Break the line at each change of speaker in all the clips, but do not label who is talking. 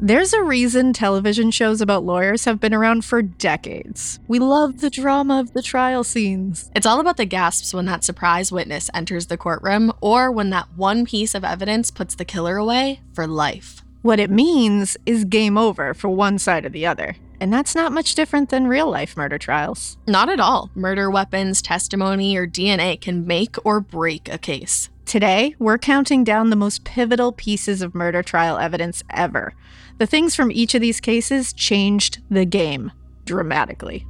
There's a reason television shows about lawyers have been around for decades. We love the drama of the trial scenes.
It's all about the gasps when that surprise witness enters the courtroom or when that one piece of evidence puts the killer away for life.
What it means is game over for one side or the other. And that's not much different than real life murder trials.
Not at all. Murder weapons, testimony, or DNA can make or break a case.
Today, we're counting down the most pivotal pieces of murder trial evidence ever. The things from each of these cases changed the game dramatically.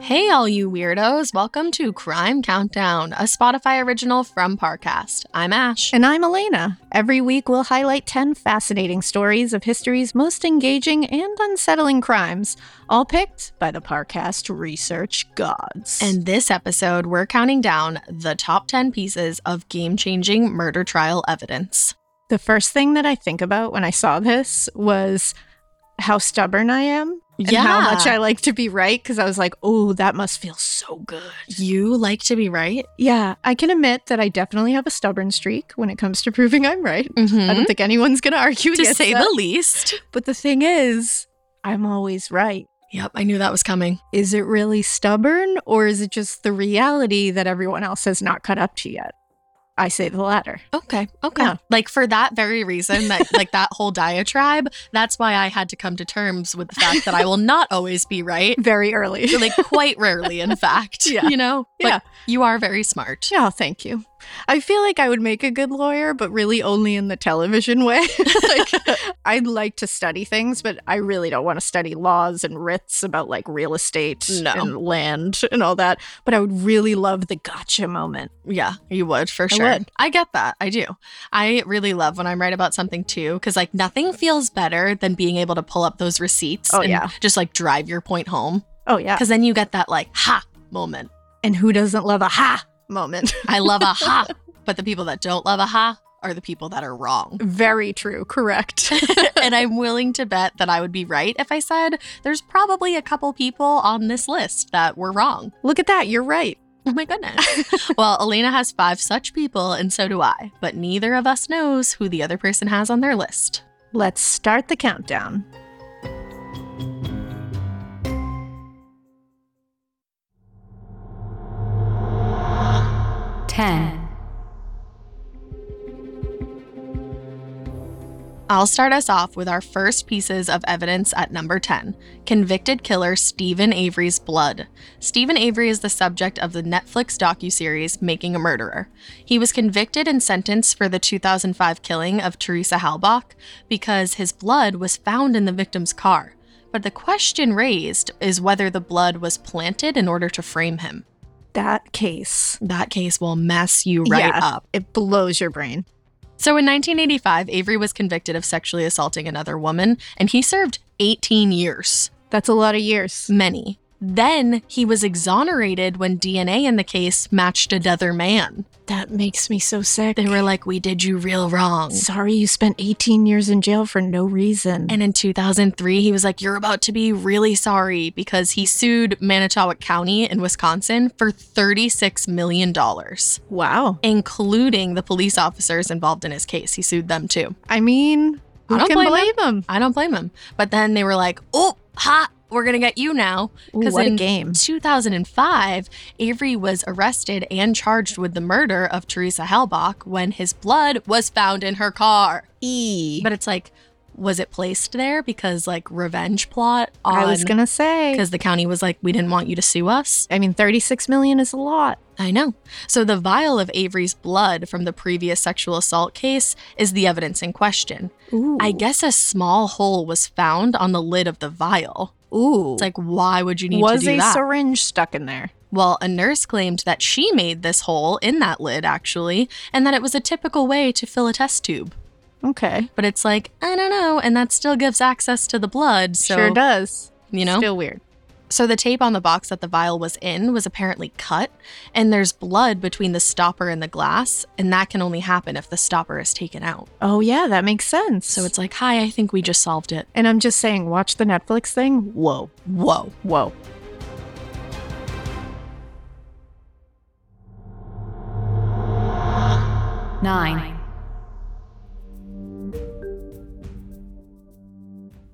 Hey, all you weirdos, welcome to Crime Countdown, a Spotify original from Parcast. I'm Ash.
And I'm Elena. Every week, we'll highlight 10 fascinating stories of history's most engaging and unsettling crimes, all picked by the Parcast research gods.
In this episode, we're counting down the top 10 pieces of game changing murder trial evidence.
the first thing that I think about when I saw this was how stubborn I am. And how
Yeah.
much I like to be right because I was like, oh, that must feel so good.
You like to be right?
Yeah, I can admit that I definitely have a stubborn streak when it comes to proving I'm right. I don't think anyone's going to argue
Mm-hmm. To
against
say
that.
the least.
But the thing is, I'm always right.
Yep, I knew that was coming.
Is it really stubborn or is it just the reality that everyone else has not caught up to yet? I say the latter.
Okay, okay.
Yeah.
Like for that very reason, that like that whole diatribe, that's why I had to come to terms with the fact that I will not always be right.
Very early.
Like quite rarely, in fact.
Yeah.
You know? But
Yeah.
you are very smart.
Oh, thank you. I feel like I would make a good lawyer, but really only in the television way. like, I'd like to study things, but I really don't want to study laws and writs about like real estate
No.
and land and all that. But I would really love the gotcha moment.
Yeah, you would for sure.
would.
I get that. I do. I really love when I'm right about something too, because like nothing feels better than being able to pull up those receipts
Oh,
and
yeah.
just like drive your point home.
Oh, yeah.
Because then you get that like ha moment.
And who doesn't love a ha moment?
I love a ha, but the people that don't love a ha are the people that are wrong.
Very true. Correct.
and I'm willing to bet that I would be right if I said there's probably a couple people on this list that were wrong.
Look at that. You're right.
Oh my goodness. well, Elena has five such people, and so do I, but neither of us knows who the other person has on their list.
Let's start the countdown.
Ten.
I'll start us off with our first pieces of evidence at number 10 convicted killer Stephen Avery's blood. Stephen Avery is the subject of the Netflix docuseries Making a Murderer. He was convicted and sentenced for the 2005 killing of Teresa Halbach because his blood was found in the victim's car. But the question raised is whether the blood was planted in order to frame him.
That case.
That case will mess you right
Yeah,
up.
It blows your brain.
So in 1985, Avery was convicted of sexually assaulting another woman, and he served 18 years.
That's a lot of years.
Many. Then he was exonerated when DNA in the case matched another man.
That makes me so sick.
They were like, We did you real wrong.
Sorry you spent 18 years in jail for no reason.
And in 2003, he was like, You're about to be really sorry because he sued Manitowoc County in Wisconsin for $36 million,
wow.
including the police officers involved in his case. He sued them too.
I mean, who
I don't
can
blame
blame him?
I don't blame him. But then they were like, oh, ha, we're going to get you now.
Ooh,
'Cause
what a
in
game.
2005, Avery was arrested and charged with the murder of Teresa Halbach when his blood was found in her car.
E.
But it's like, was it placed there because like revenge plot on
I was going to say.
because the county was like, we didn't want you to sue us.
I mean, 36 million is a lot.
I know. So the vial of Avery's blood from the previous sexual assault case is the evidence in question.
Ooh.
I guess a small hole was found on the lid of the vial.
Ooh.
It's like, why would you need
was
to do
a
that?
syringe stuck in there?
well, a nurse claimed that she made this hole in that lid, actually, and that it was a typical way to fill a test tube.
Okay.
But it's like, I don't know, and that still gives access to the blood, so,
sure does.
you know?
Still weird.
So the tape on the box that the vial was in was apparently cut, and there's blood between the stopper and the glass, and that can only happen if the stopper is taken out.
Oh, yeah, that makes sense.
So it's like, hi, I think we just solved it.
and I'm just saying, watch the Netflix thing. Whoa,
Whoa.
whoa.
Nine.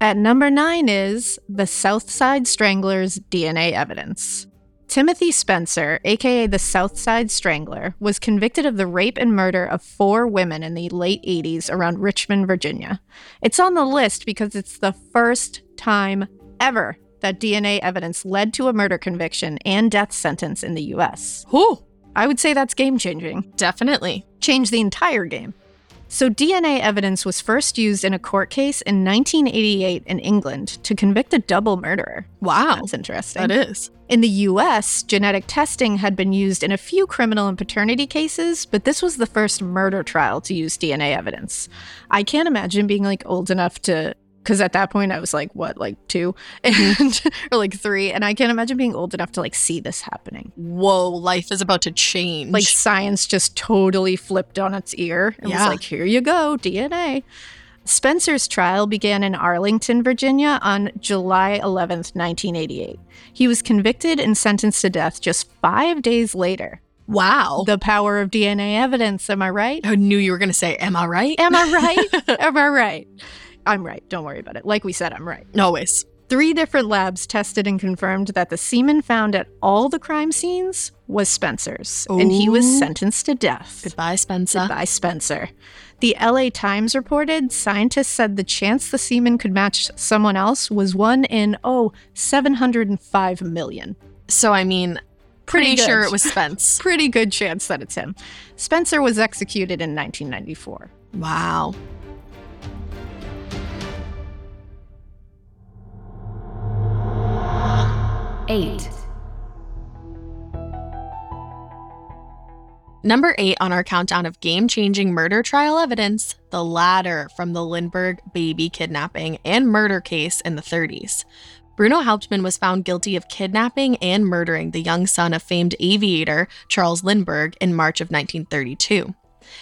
At number nine is the Southside Strangler's DNA evidence. Timothy Spencer, aka the Southside Strangler, was convicted of the rape and murder of four women in the late 80s around Richmond, Virginia. It's on the list because it's the first time ever that DNA evidence led to a murder conviction and death sentence in the US.
Whew.
I would say that's game changing
Definitely.
change the entire game. So, DNA evidence was first used in a court case in 1988 in England to convict a double murderer.
Wow.
That's interesting.
That is.
In the US, genetic testing had been used in a few criminal and paternity cases, but this was the first murder trial to use DNA evidence. I can't imagine being like old enough to because at that point I was like what like 2 and or like 3 and I can't imagine being old enough to like see this happening
Whoa, life is about to change.
like science just totally flipped on its ear and
Yeah.
was like, here you go, DNA. Spencer's trial began in Arlington, Virginia on July 11th, 1988. He was convicted and sentenced to death just five days later.
wow.
The power of DNA evidence, am I right?
I knew you were going to say, am I right?
Am I right? am I right? I'm right. Don't worry about it. Like we said, I'm right.
Always.
Three different labs tested and confirmed that the semen found at all the crime scenes was Spencer's, and he was
Ooh.
sentenced to death.
Goodbye, Spencer.
by Spencer. The LA Times reported scientists said the chance the semen could match someone else was one in, oh, 705 million.
So, I mean, pretty,
Pretty good.
sure it was Spence.
Pretty good chance that it's him. Spencer was executed in 1994.
wow.
Eight.
Number eight on our countdown of game changing murder trial evidence, the latter from the Lindbergh baby kidnapping and murder case in the 30s. Bruno Hauptmann was found guilty of kidnapping and murdering the young son of famed aviator Charles Lindbergh in March of 1932.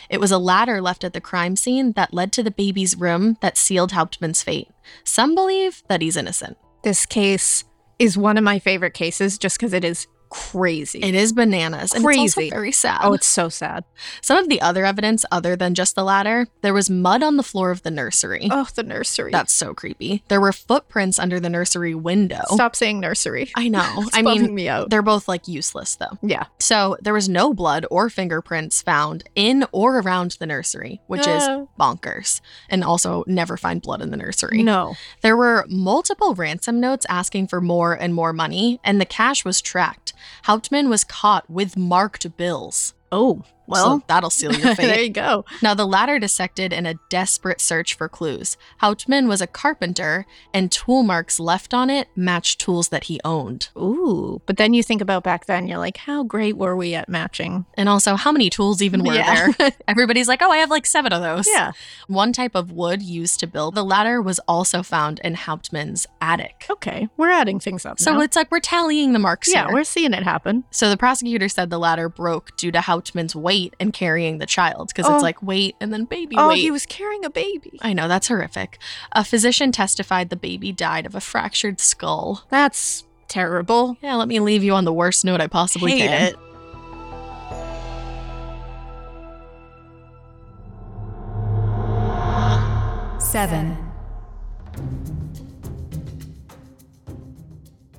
It was a ladder left at the crime scene that led to the baby's room that sealed Hauptmann's fate. Some believe that he's innocent.
This case is one of my favorite cases just because it is crazy.
It is bananas and it's also
Crazy.
very sad.
oh, it's so sad.
Some of the other evidence, other than just the ladder, there was mud on the floor of the nursery.
Oh, the nursery.
That's so creepy. There were footprints under the nursery window.
Stop saying nursery.
I know.
It's
I
bumming
mean,
me out.
they're both like useless though.
Yeah.
So there was no blood or fingerprints found in or around the nursery, which
Ah.
is bonkers. And also, never find blood in the nursery.
No.
There were multiple ransom notes asking for more and more money, and the cash was tracked. Hauptmann was caught with marked bills.
Oh, well,
so that'll seal your fate.
there you go.
Now, the latter dissected in a desperate search for clues. Houtman was a carpenter, and tool marks left on it matched tools that he owned.
Ooh, but then you think about back then, you're like, how great were we at matching?
And also, how many tools even were
Yeah.
there? Everybody's like, oh, I have like seven of those.
Yeah.
One type of wood used to build the ladder was also found in Hauptmann's attic.
Okay. We're adding things up.
So
now.
it's like we're tallying the marks
Oh, yeah,
here.
we're seeing it happen.
So the prosecutor said the ladder broke due to Hauptmann's weight and carrying the child because
Oh.
it's like weight and then baby
oh,
weight.
he was carrying a baby.
I know, that's horrific. A physician testified the baby died of a fractured skull.
That's terrible.
Yeah, let me leave you on the worst note I possibly
Hate
can.
it.
Seven.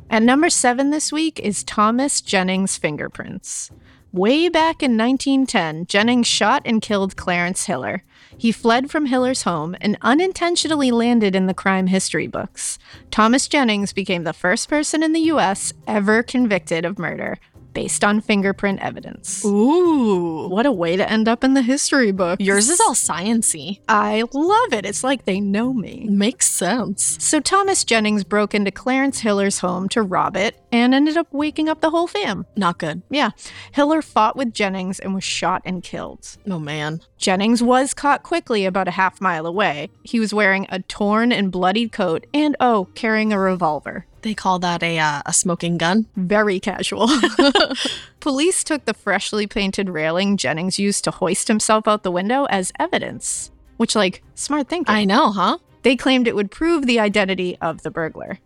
At number seven this week is Thomas Jennings' fingerprints. Way back in 1910, Jennings shot and killed Clarence Hiller. He fled from Hiller's home and unintentionally landed in the crime history books. Thomas Jennings became the first person in the U.S. ever convicted of murder based on fingerprint evidence.
Ooh.
What a way to end up in the history book.
Yours is all sciency.
I love it. It's like they know me.
Makes sense.
So Thomas Jennings broke into Clarence Hiller's home to rob it and ended up waking up the whole fam.
Not good.
Yeah. Hiller fought with Jennings and was shot and killed.
Oh man.
Jennings was caught quickly about a half mile away. He was wearing a torn and bloodied coat and, oh, carrying a revolver.
They call that a uh, a smoking gun.
Very casual. Police took the freshly painted railing Jennings used to hoist himself out the window as evidence, which, like, smart thinking.
I know, huh?
They claimed it would prove the identity of the burglar.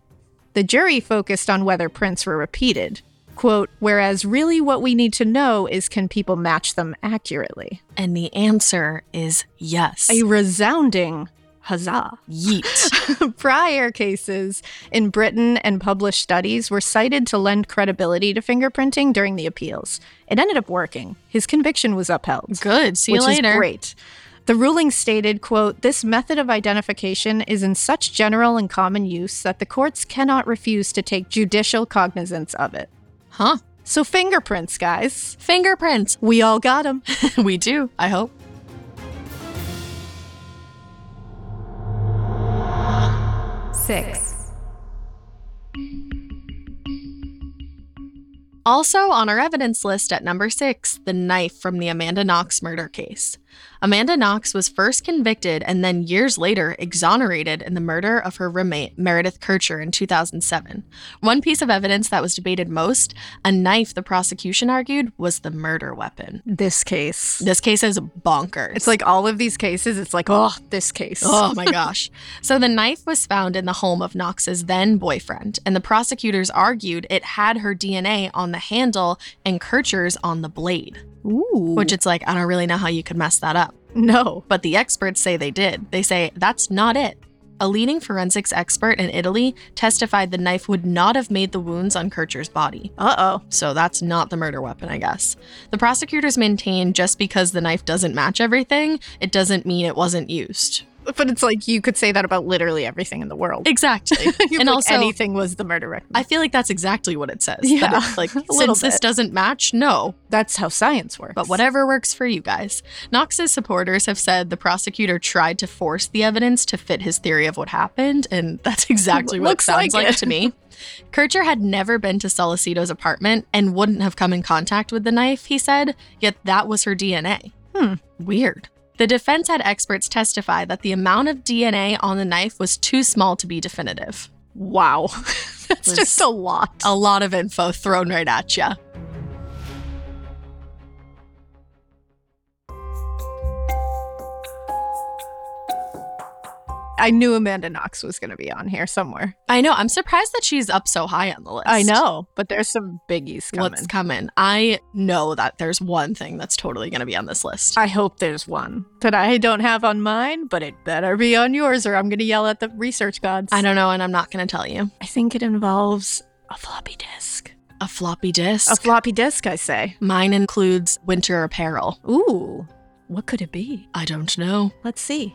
The jury focused on whether prints were repeated. Quote, whereas really what we need to know is can people match them accurately?
And the answer is yes.
A resounding huzzah.
Yeet.
Prior cases in Britain and published studies were cited to lend credibility to fingerprinting during the appeals. It ended up working. His conviction was upheld.
Good. See you
which
later.
is great. The ruling stated, quote, this method of identification is in such general and common use that the courts cannot refuse to take judicial cognizance of it.
Huh?
So fingerprints, guys.
Fingerprints.
We all got them.
we do. I hope.
six,
Also on our evidence list at number six, the knife from the Amanda Knox murder case. Amanda Knox was first convicted and then years later exonerated in the murder of her roommate, Meredith Kircher, in 2007. One piece of evidence that was debated most a knife the prosecution argued was the murder weapon.
This case.
This case is bonkers.
It's like all of these cases, it's like, oh, this case.
Oh my gosh. So the knife was found in the home of Knox's then boyfriend, and the prosecutors argued it had her DNA on the handle and Kircher's on the blade,
Ooh.
which it's like, I don't really know how you could mess that up.
no.
But the experts say they did. They say that's not it. A leading forensics expert in Italy testified the knife would not have made the wounds on Kircher's body.
Uh oh.
So that's not the murder weapon, I guess. The prosecutors maintain just because the knife doesn't match everything, it doesn't mean it wasn't used.
But it's like you could say that about literally everything in the world.
Exactly.
You're
and
like,
also,
anything was the murder record.
I feel like that's exactly what it says. that
Yeah,
it's like,
a little
since this
bit.
doesn't match, no.
That's how science works.
But whatever works for you guys. Knox's supporters have said the prosecutor tried to force the evidence to fit his theory of what happened, and that's exactly what it
Looks
sounds
like
like,
it.
to me. Kircher had never been to Solicito's apartment and wouldn't have come in contact with the knife, he said, yet that was her DNA.
Hmm.
Weird. The defense had experts testify that the amount of DNA on the knife was too small to be definitive.
Wow. That's
Was-
just a lot.
a lot of info thrown right at you.
I knew Amanda Knox was going to be on here somewhere.
I know. I'm surprised that she's up so high on the list.
I know, but there's some biggies coming.
What's coming? I know that there's one thing that's totally going to be on this list.
I hope there's one that I don't have on mine, but it better be on yours or I'm going to yell at the research gods.
I don't know, and I'm not going to tell you.
I think it involves a floppy disk.
A floppy disk.
A floppy disk, I say.
Mine includes winter apparel.
Ooh, what could it be?
I don't know.
Let's see.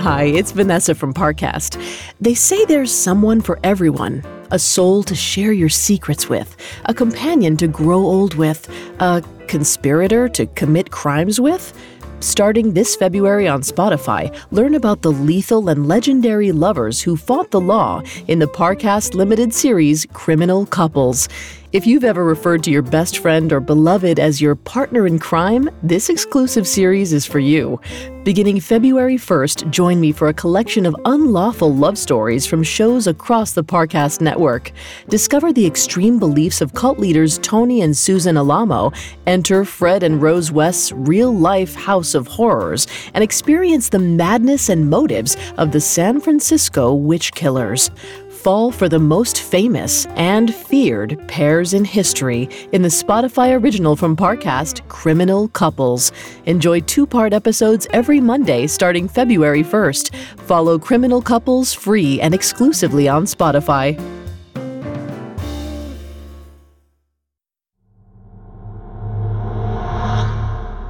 Hi, it's Vanessa from Parcast. They say there's someone for everyone a soul to share your secrets with, a companion to grow old with, a conspirator to commit crimes with. Starting this February on Spotify, learn about the lethal and legendary lovers who fought the law in the Parcast Limited series Criminal Couples. If you've ever referred to your best friend or beloved as your partner in crime, this exclusive series is for you. Beginning February 1st, join me for a collection of unlawful love stories from shows across the Parcast network. Discover the extreme beliefs of cult leaders Tony and Susan Alamo, enter Fred and Rose West's real life house of horrors, and experience the madness and motives of the San Francisco witch killers. Fall for the most famous and feared pairs in history in the Spotify original from Parcast, Criminal Couples. Enjoy two part episodes every Monday starting February 1st. Follow Criminal Couples free and exclusively on Spotify.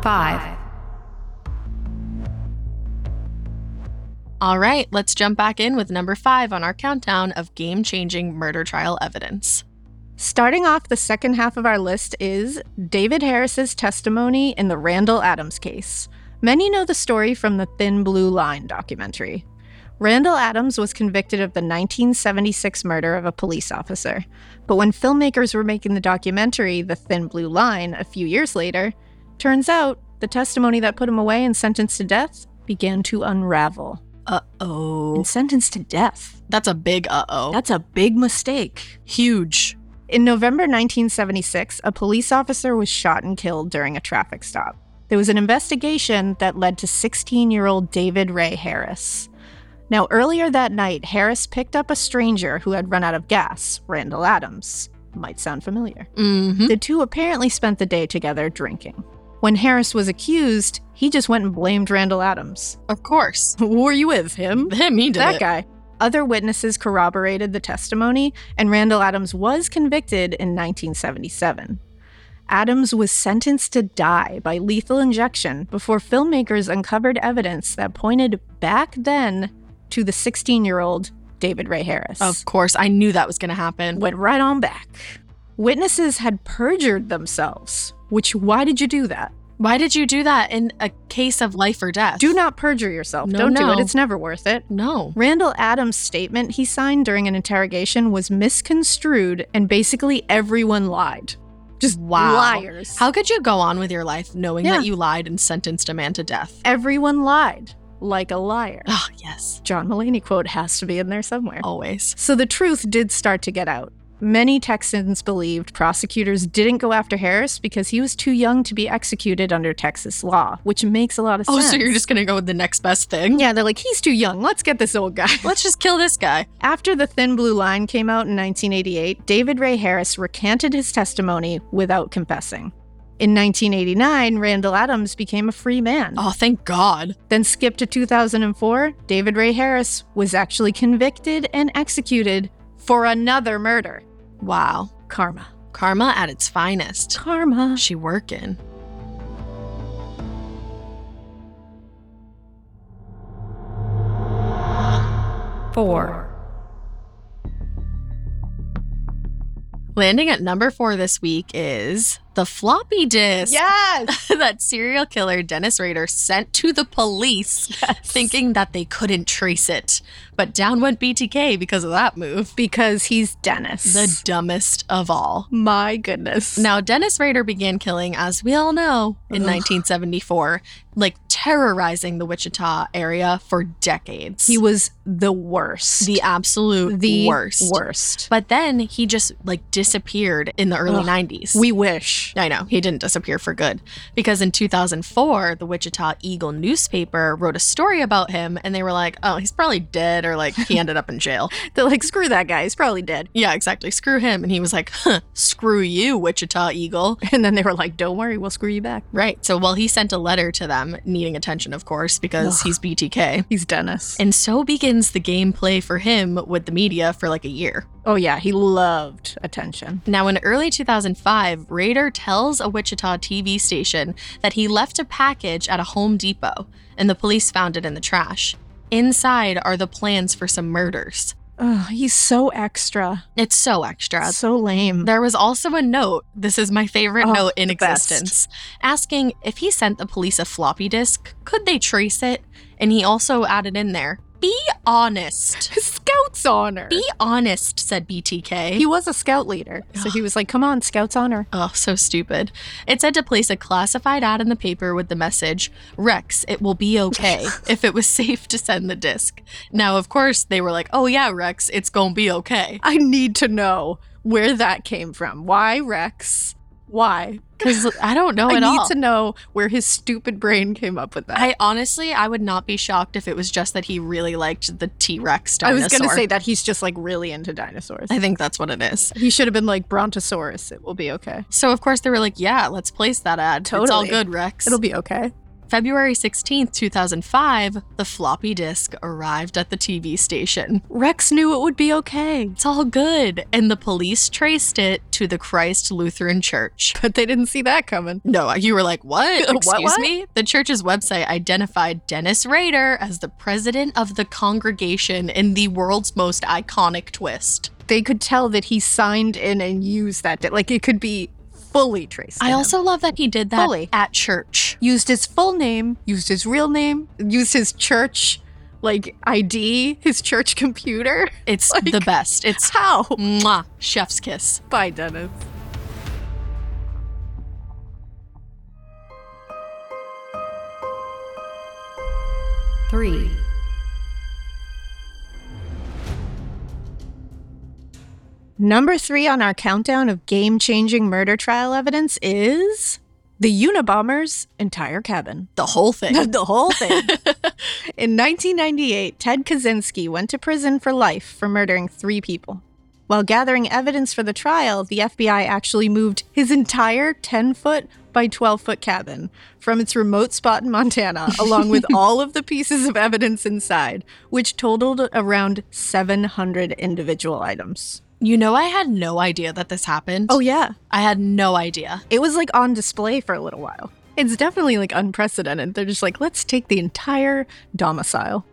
five,
All right, let's jump back in with number five on our countdown of game changing murder trial evidence.
Starting off the second half of our list is David Harris's testimony in the Randall Adams case. Many know the story from the Thin Blue Line documentary. Randall Adams was convicted of the 1976 murder of a police officer. But when filmmakers were making the documentary, The Thin Blue Line, a few years later, turns out the testimony that put him away and sentenced to death began to unravel.
Uh oh.
And sentenced to death.
That's a big uh oh.
That's a big mistake.
huge.
In November 1976, a police officer was shot and killed during a traffic stop. There was an investigation that led to 16 year old David Ray Harris. Now, earlier that night, Harris picked up a stranger who had run out of gas, Randall Adams. Might sound familiar.
Mm-hmm.
The two apparently spent the day together drinking. When Harris was accused, he just went and blamed Randall Adams.
Of course.
Who were you with? Him?
Him, he did
Mm-hmm. that
it.
guy. Other witnesses corroborated the testimony, and Randall Adams was convicted in 1977. Adams was sentenced to die by lethal injection before filmmakers uncovered evidence that pointed back then to the 16 year old David Ray Harris.
Of course. I knew that was going to happen.
Went right on back. Witnesses had perjured themselves, which, why did you do that?
Why did you do that in a case of life or death?
Do not perjure yourself.
No,
Don't
no.
do it. It's never worth it.
No.
Randall Adams' statement he signed during an interrogation was misconstrued, and basically everyone lied. Just
Wow.
liars.
How could you go on with your life knowing
Yeah.
that you lied and sentenced a man to death?
everyone lied like a liar.
Oh, yes.
John Mulaney quote has to be in there somewhere.
Always.
So the truth did start to get out. Many Texans believed prosecutors didn't go after Harris because he was too young to be executed under Texas law, which makes a lot of
Oh,
sense.
so you're just going to go with the next best thing?
yeah, they're like he's too young. Let's get this old guy.
Let's just kill this guy.
After The Thin Blue Line came out in 1988, David Ray Harris recanted his testimony without confessing. In 1989, Randall Adams became a free man.
Oh, thank God.
Then skip to 2004, David Ray Harris was actually convicted and executed for another murder.
Wow.
Karma.
Karma at its finest.
Karma.
She working.
four,
Landing at number four this week is the floppy disk
Yes.
that serial killer Dennis Rader sent to the police, thinking that they couldn't trace it. But down went BTK because of that move.
Because he's Dennis.
The dumbest of all.
My goodness.
Now, Dennis Rader began killing, as we all know, in
Ugh.
1974, like terrorizing the Wichita area for decades.
he was the worst.
the absolute
the
worst.
Worst.
But then he just like disappeared in the early
Ugh.
90s.
We wish.
I know, he didn't disappear for good. Because in 2004, the Wichita Eagle newspaper wrote a story about him and they were like, oh, he's probably dead or like he ended up in jail.
They're like, screw that guy. He's probably dead.
Yeah, exactly. Screw him. And he was like, huh, screw you, Wichita Eagle.
And then they were like, don't worry, we'll screw you back.
Right. So, well, he sent a letter to them, needing attention, of course, because
Ugh.
he's BTK.
He's Dennis.
And so begins the gameplay for him with the media for like a year.
oh, yeah, he loved attention.
Now, in early 2005, Rader tells a Wichita TV station that he left a package at a Home Depot, and the police found it in the trash. Inside are the plans for some murders.
Oh, he's so extra.
It's so extra.
So lame.
There was also a note, this is my favorite
Mm. Oh,
note in
the best.
existence, asking if he sent the police a floppy disk, could they trace it? And he also added in there, be honest.
His scout's honor.
Be honest, said BTK.
He was a scout leader. So he was like, come on, scout's honor.
Oh, so stupid. It said to place a classified ad in the paper with the message, Rex, it will be okay, if it was safe to send the disc. Now, of course, they were like, oh, yeah, Rex, it's gonna be okay.
I need to know where that came from. Why Rex? Why?
Because I don't know
I
at
need
all.
to know where his stupid brain came up with that.
I honestly, I would not be shocked if it was just that he really liked the T Rex
I
dinosaur.
was going to say that he's just like really into dinosaurs.
I think that's what it is.
he should have been like Brontosaurus. It will be okay.
So, of course, they were like, yeah, let's place that ad. It's all
Totally.
good, Rex.
It'll be okay.
February 16th, 2005, the floppy disk arrived at the TV station.
Rex knew it would be okay,
It's all good. And the police traced it to the Christ Lutheran Church.
but they didn't see that coming.
No, you were like, what? Excuse
what?
me? The church's website identified Dennis Rader as the president of the congregation in the world's most iconic twist.
They could tell that he signed in and used that. Like it could be fully traced. to
I
him.
also love that he did that
Fully.
at church.
used his full name, used his real name, used his church, like ID, his church computer.
It's
Like-
the best. It's
How?
mwah, chef's kiss.
Bye, Dennis.
three,
Number three on our countdown of game changing murder trial evidence is the Unabomber's entire cabin.
The whole thing.
the whole thing. In 1998, Ted Kaczynski went to prison for life for murdering three people. While gathering evidence for the trial, the FBI actually moved his entire 10 foot by 12 foot cabin from its remote spot in Montana, along with all of the pieces of evidence inside, which totaled around 700 individual items.
you know, I had no idea that this happened.
Oh, yeah.
I had no idea.
It was like on display for a little while. It's definitely like unprecedented. They're just like, let's take the entire domicile.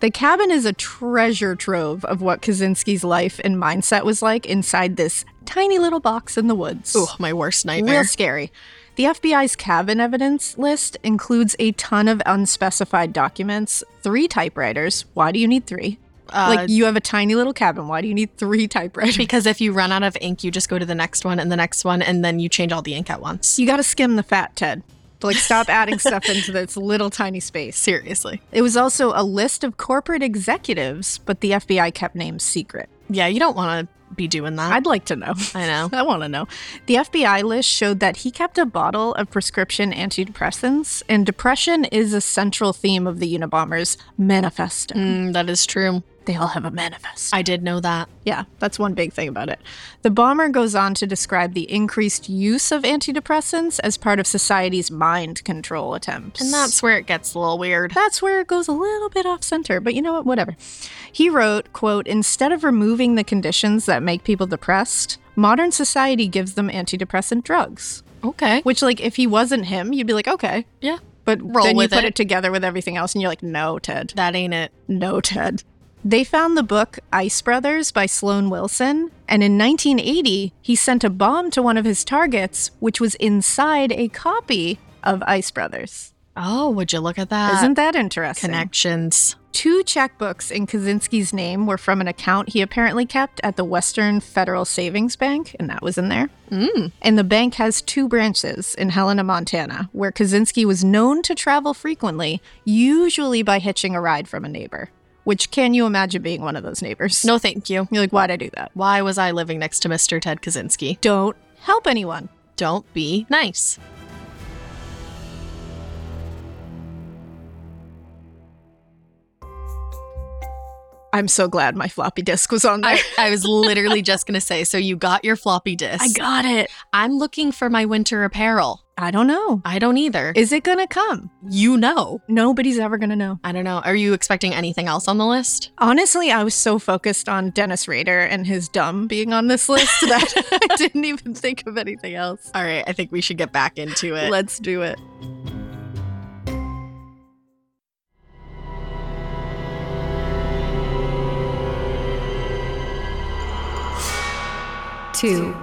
The cabin is a treasure trove of what Kaczynski's life and mindset was like inside this tiny little box in the woods.
Ooh, my worst nightmare.
Real scary. The FBI's cabin evidence list includes a ton of unspecified documents, three typewriters. Why do you need three?
Uh,
like, you have a tiny little cabin. Why do you need three typewriters?
because if you run out of ink, you just go to the next one and the next one, and then you change all the ink at once.
You got to skim the fat, Ted. Like, stop adding stuff into this little tiny space.
Seriously.
It was also a list of corporate executives, but the FBI kept names secret.
Yeah, you don't want to be doing that.
I'd like to know.
I know.
I want to know. The FBI list showed that he kept a bottle of prescription antidepressants, and depression is a central theme of the Unabomber's manifesto.
Mm, that is true.
They all have a manifesto.
I did know that.
Yeah, that's one big thing about it. The bomber goes on to describe the increased use of antidepressants as part of society's mind control attempts.
And that's where it gets a little weird.
That's where it goes a little bit off center, but you know what? Whatever. He wrote, quote, instead of removing the conditions that make people depressed, modern society gives them antidepressant drugs.
Okay.
Which, like, if he wasn't him, you'd be like, okay.
Yeah.
But
Roll
then
with
you put
it.
it together with everything else and you're like, no, Ted.
That ain't it.
No, Ted. They found the book Ice Brothers by Sloan Wilson, and in 1980, he sent a bomb to one of his targets, which was inside a copy of Ice Brothers.
Oh, would you look at that?
Isn't that interesting?
connections?
Two checkbooks in Kaczynski's name were from an account he apparently kept at the Western Federal Savings Bank, and that was in there. Mm. And the bank has two branches in Helena, Montana, where Kaczynski was known to travel frequently, usually by hitching a ride from a neighbor. Which can you imagine being one of those neighbors?
No, thank you.
You're like, why'd I do that?
Why was I living next to Mr. Ted Kaczynski?
Don't help anyone.
Don't be nice.
I'm so glad my floppy disk was on there.
I, I was literally just gonna say. So you got your floppy disk.
got it.
I'm looking for my winter apparel.
I don't know.
I don't either.
Is it gonna come?
you know.
Nobody's ever gonna know.
I don't know. Are you expecting anything else on the list?
Honestly, I was so focused on Dennis Rader and his dumb being on this list that I didn't even think of anything else.
All right. I think we should get back into it.
Let's do it.
two,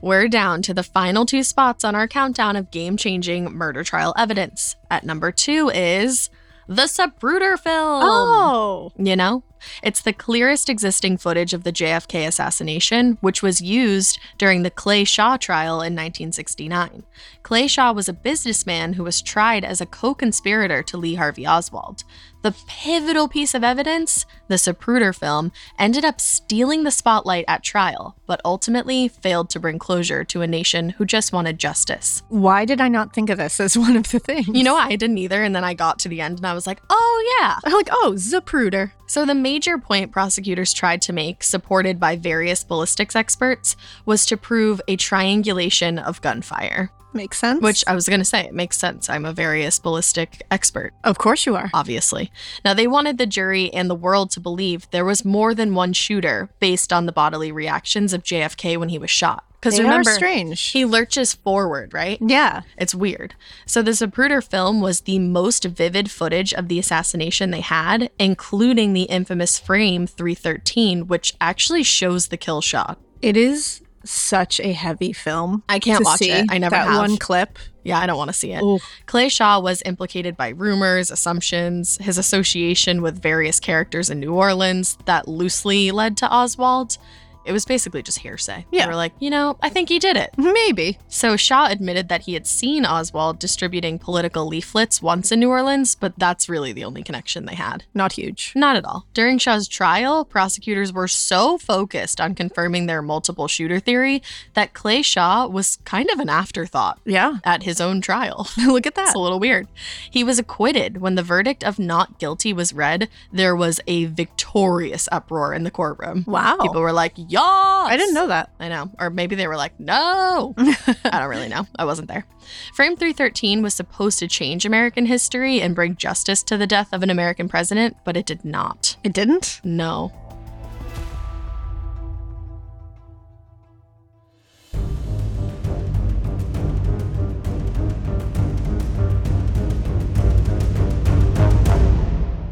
We're down to the final two spots on our countdown of game changing murder trial evidence. At number two is the Subruder film.
Oh,
You know? It's the clearest existing footage of the JFK assassination, which was used during the Clay Shaw trial in 1969. Clay Shaw was a businessman who was tried as a co conspirator to Lee Harvey Oswald. The pivotal piece of evidence, the Sapruder film, ended up stealing the spotlight at trial, but ultimately failed to bring closure to a nation who just wanted justice.
why did I not think of this as one of the things?
You know, I didn't either, and then I got to the end and I was like, oh yeah,
I'm like, oh, Zapruder.
So, the major point prosecutors tried to make, supported by various ballistics experts, was to prove a triangulation of gunfire.
Makes sense.
Which I was going to say, it makes sense. I'm a various ballistic expert,
of course, you are.
obviously. Now, they wanted the jury and the world to believe there was more than one shooter based on the bodily reactions of JFK when he was shot. Because
They
remember,
are strange.
he lurches forward, right?
yeah.
It's weird. So the Zapruder film was the most vivid footage of the assassination they had, including the infamous frame 313, which actually shows the kill shot.
It is such a heavy film.
I can't
to
watch
see
it. I never
that
have.
one clip.
Yeah, I don't want to see it.
Oh,
Clay Shaw was implicated by rumors, assumptions, his association with various characters in New Orleans that loosely led to Oswald. It was basically just hearsay.
Yeah.
They were like, you know, I think he did it.
maybe.
So Shaw admitted that he had seen Oswald distributing political leaflets once in New Orleans, but that's really the only connection they had.
Not huge.
Not at all. During Shaw's trial, prosecutors were so focused on confirming their multiple shooter theory that Clay Shaw was kind of an afterthought
Yeah.
at his own trial.
Look at
It's
that.
a little weird. He was acquitted. When the verdict of not guilty was read, there was a victorious uproar in the courtroom.
Wow.
People were like, "Yes!" I
I didn't know that.
I know. Or maybe they were like, no. I don't really know. I wasn't there. Frame 313 was supposed to change American history and bring justice to the death of an American president, but it did not.
It didn't?
No.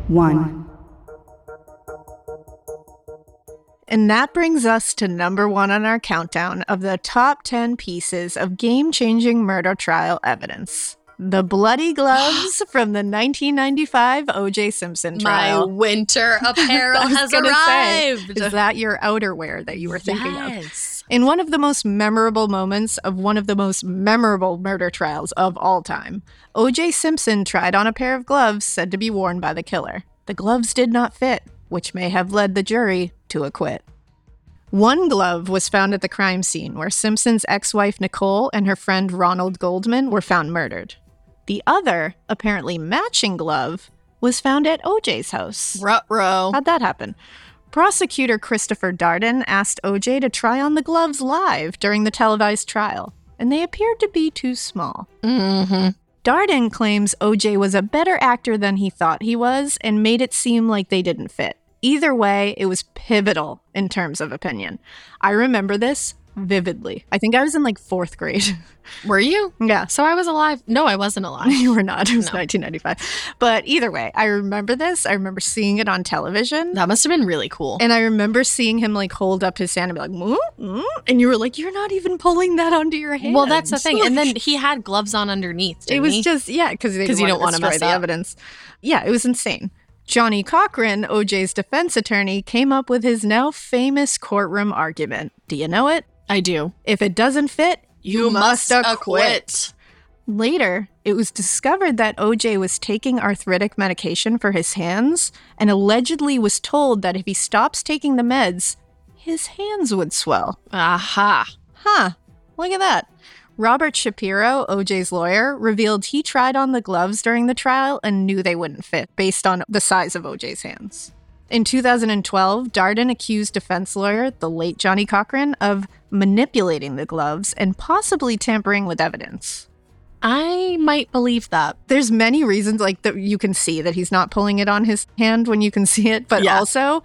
one,
And that brings us to number one on our countdown of the top 10 pieces of game changing murder trial evidence the bloody gloves from the 1995 OJ Simpson trial.
winter
I
apparel
was gonna say, Is that your outerwear that you were thinking of? In one of the most memorable moments of one of the most memorable murder trials of all time, O.J. Simpson tried on a pair of gloves said to be worn by the killer. The gloves did not fit, which may have led the jury to acquit. One glove was found at the crime scene where Simpson's ex wife Nicole and her friend Ronald Goldman were found murdered. The other, apparently matching glove, was found at OJ's house.
Rutro.
How'd that happen? Prosecutor Christopher Darden asked OJ to try on the gloves live during the televised trial, and they appeared to be too small.
Mm-hmm.
Darden claims OJ was a better actor than he thought he was and made it seem like they didn't fit. Either way, it was pivotal in terms of opinion. I remember this vividly. I think I was in like fourth grade.
Were you?
yeah,
So I was alive. No, I wasn't alive.
you were not. It was
No.
1995. But either way, I remember this. I remember seeing it on television.
That must have been really cool.
And I remember seeing him like hold up his hand and be like, "Mm, mm," and you were like, "You're not even pulling that onto your hand."
well, that's the thing. And then he had gloves on underneath.
it
didn't
was
he?
just yeah, because
'Cause you don't
want
wanna
to destroy
mess
the
up.
evidence. Yeah, it was insane. Johnny Cochran, OJ's defense attorney, came up with his now famous courtroom argument. Do you know it?
I do.
If it doesn't fit, you must acquit. Later, it was discovered that OJ was taking arthritic medication for his hands and allegedly was told that if he stops taking the meds, his hands would swell.
Aha.
Huh. Look at that. Robert Shapiro, OJ's lawyer, revealed he tried on the gloves during the trial and knew they wouldn't fit based on the size of OJ's hands. In 2012, Darden accused defense lawyer, the late Johnny Cochran, of manipulating the gloves and possibly tampering with evidence.
I might believe that.
There's many reasons like that you can see that he's not pulling it on his hand when you can see it, but
Yeah.
also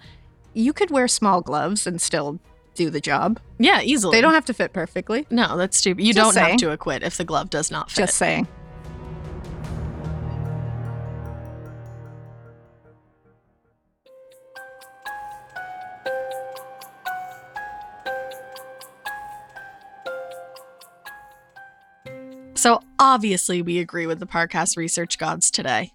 you could wear small gloves and still do the job.
Yeah, easily.
They don't have to fit perfectly.
No, that's stupid. You
Just
don't
saying.
have to acquit if the glove does not fit.
Just saying.
so obviously, we agree with the Parcast research gods today.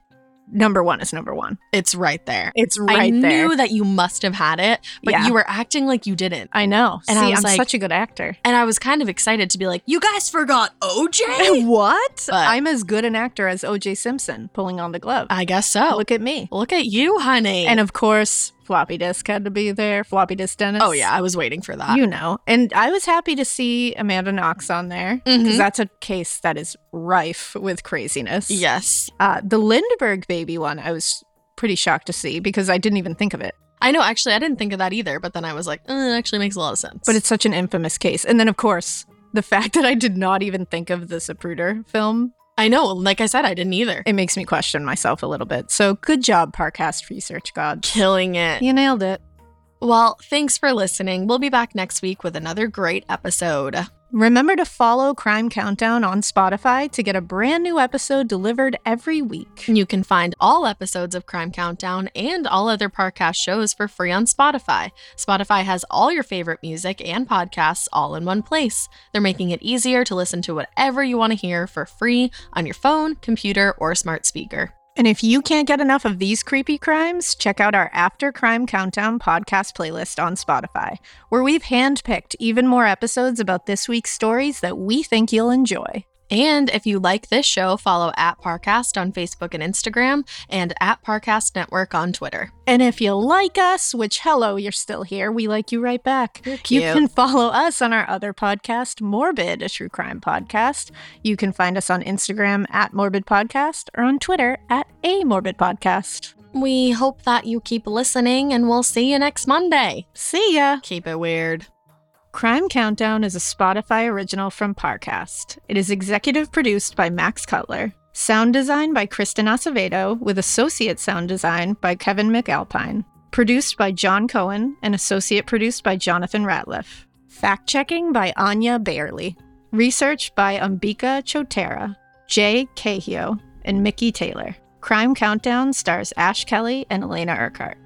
Number one is number one.
It's right there.
It's
I
right there.
knew that you must have had it, but
Yeah.
you were acting like you didn't.
I know.
And I
See,
was
I'm
like-
such a good actor.
And I was kind of excited to be like, you guys forgot OJ?
what?
But-
I'm as good an actor as O.J. Simpson pulling on the glove.
I guess so. Look,
Look at me.
at you, honey.
And of course, floppy disk had to be there. Floppy disk Dennis.
oh, yeah, I was waiting for that.
You know, and I was happy to see Amanda Knox on there because
Mhm.
that's a case that is rife with craziness.
yes.
Uh, the Lindbergh baby one, I was pretty shocked to see because I didn't even think of it.
I know, actually, I didn't think of that either, but then I was like, eh, it actually makes a lot of sense.
But it's such an infamous case. And then, of course, the fact that I did not even think of the Zapruder film
I know, like I said, I didn't either.
it makes me question myself a little bit. So good job, Parcast Research God.
Killing it.
You nailed it.
Well, thanks for listening. We'll be back next week with another great episode.
Remember to follow Crime Countdown on Spotify to get a brand new episode delivered every week.
You can find all episodes of Crime Countdown and all other Parcast shows for free on Spotify. Spotify has all your favorite music and podcasts all in one place. They're making it easier to listen to whatever you want to hear for free on your phone, computer, or smart speaker.
And if you can't get enough of these creepy crimes, check out our After Crime Countdown podcast playlist on Spotify, where we've handpicked even more episodes about this week's stories that we think you'll enjoy.
And if you like this show, follow at Parcast on Facebook and Instagram and at Parcast Network on Twitter.
And if you like us, which hello, you're still here, we like you right back.
cute.
You can follow us on our other podcast, Morbid, a true crime podcast. You can find us on Instagram at Morbid Podcast or on Twitter at A Morbid Podcast.
We hope that you keep listening and we'll see you next Monday.
See ya.
Keep it weird.
Crime Countdown is a Spotify original from Parcast. It is executive produced by Max Cutler. Sound design by Kristen Acevedo, with associate sound design by Kevin McAlpine. Produced by John Cohen and associate produced by Jonathan Ratliff. Fact checking by Anya Bailey. Research by Ambika Chotera, Jay Cahio, and Mickey Taylor. Crime Countdown stars Ash Kelly and Elena Urquhart.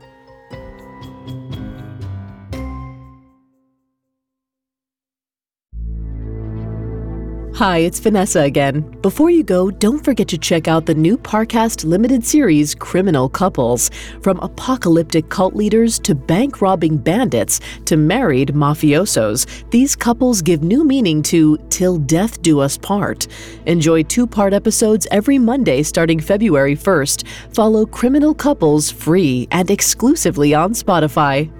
Hi, it's Vanessa again. Before you go, don't forget to check out the new Parcast limited series, Criminal Couples. From apocalyptic cult leaders to bank robbing bandits to married mafiosos, these couples give new meaning to Till Death Do Us Part. Enjoy two part episodes every Monday starting February 1st. Follow Criminal Couples free and exclusively on Spotify.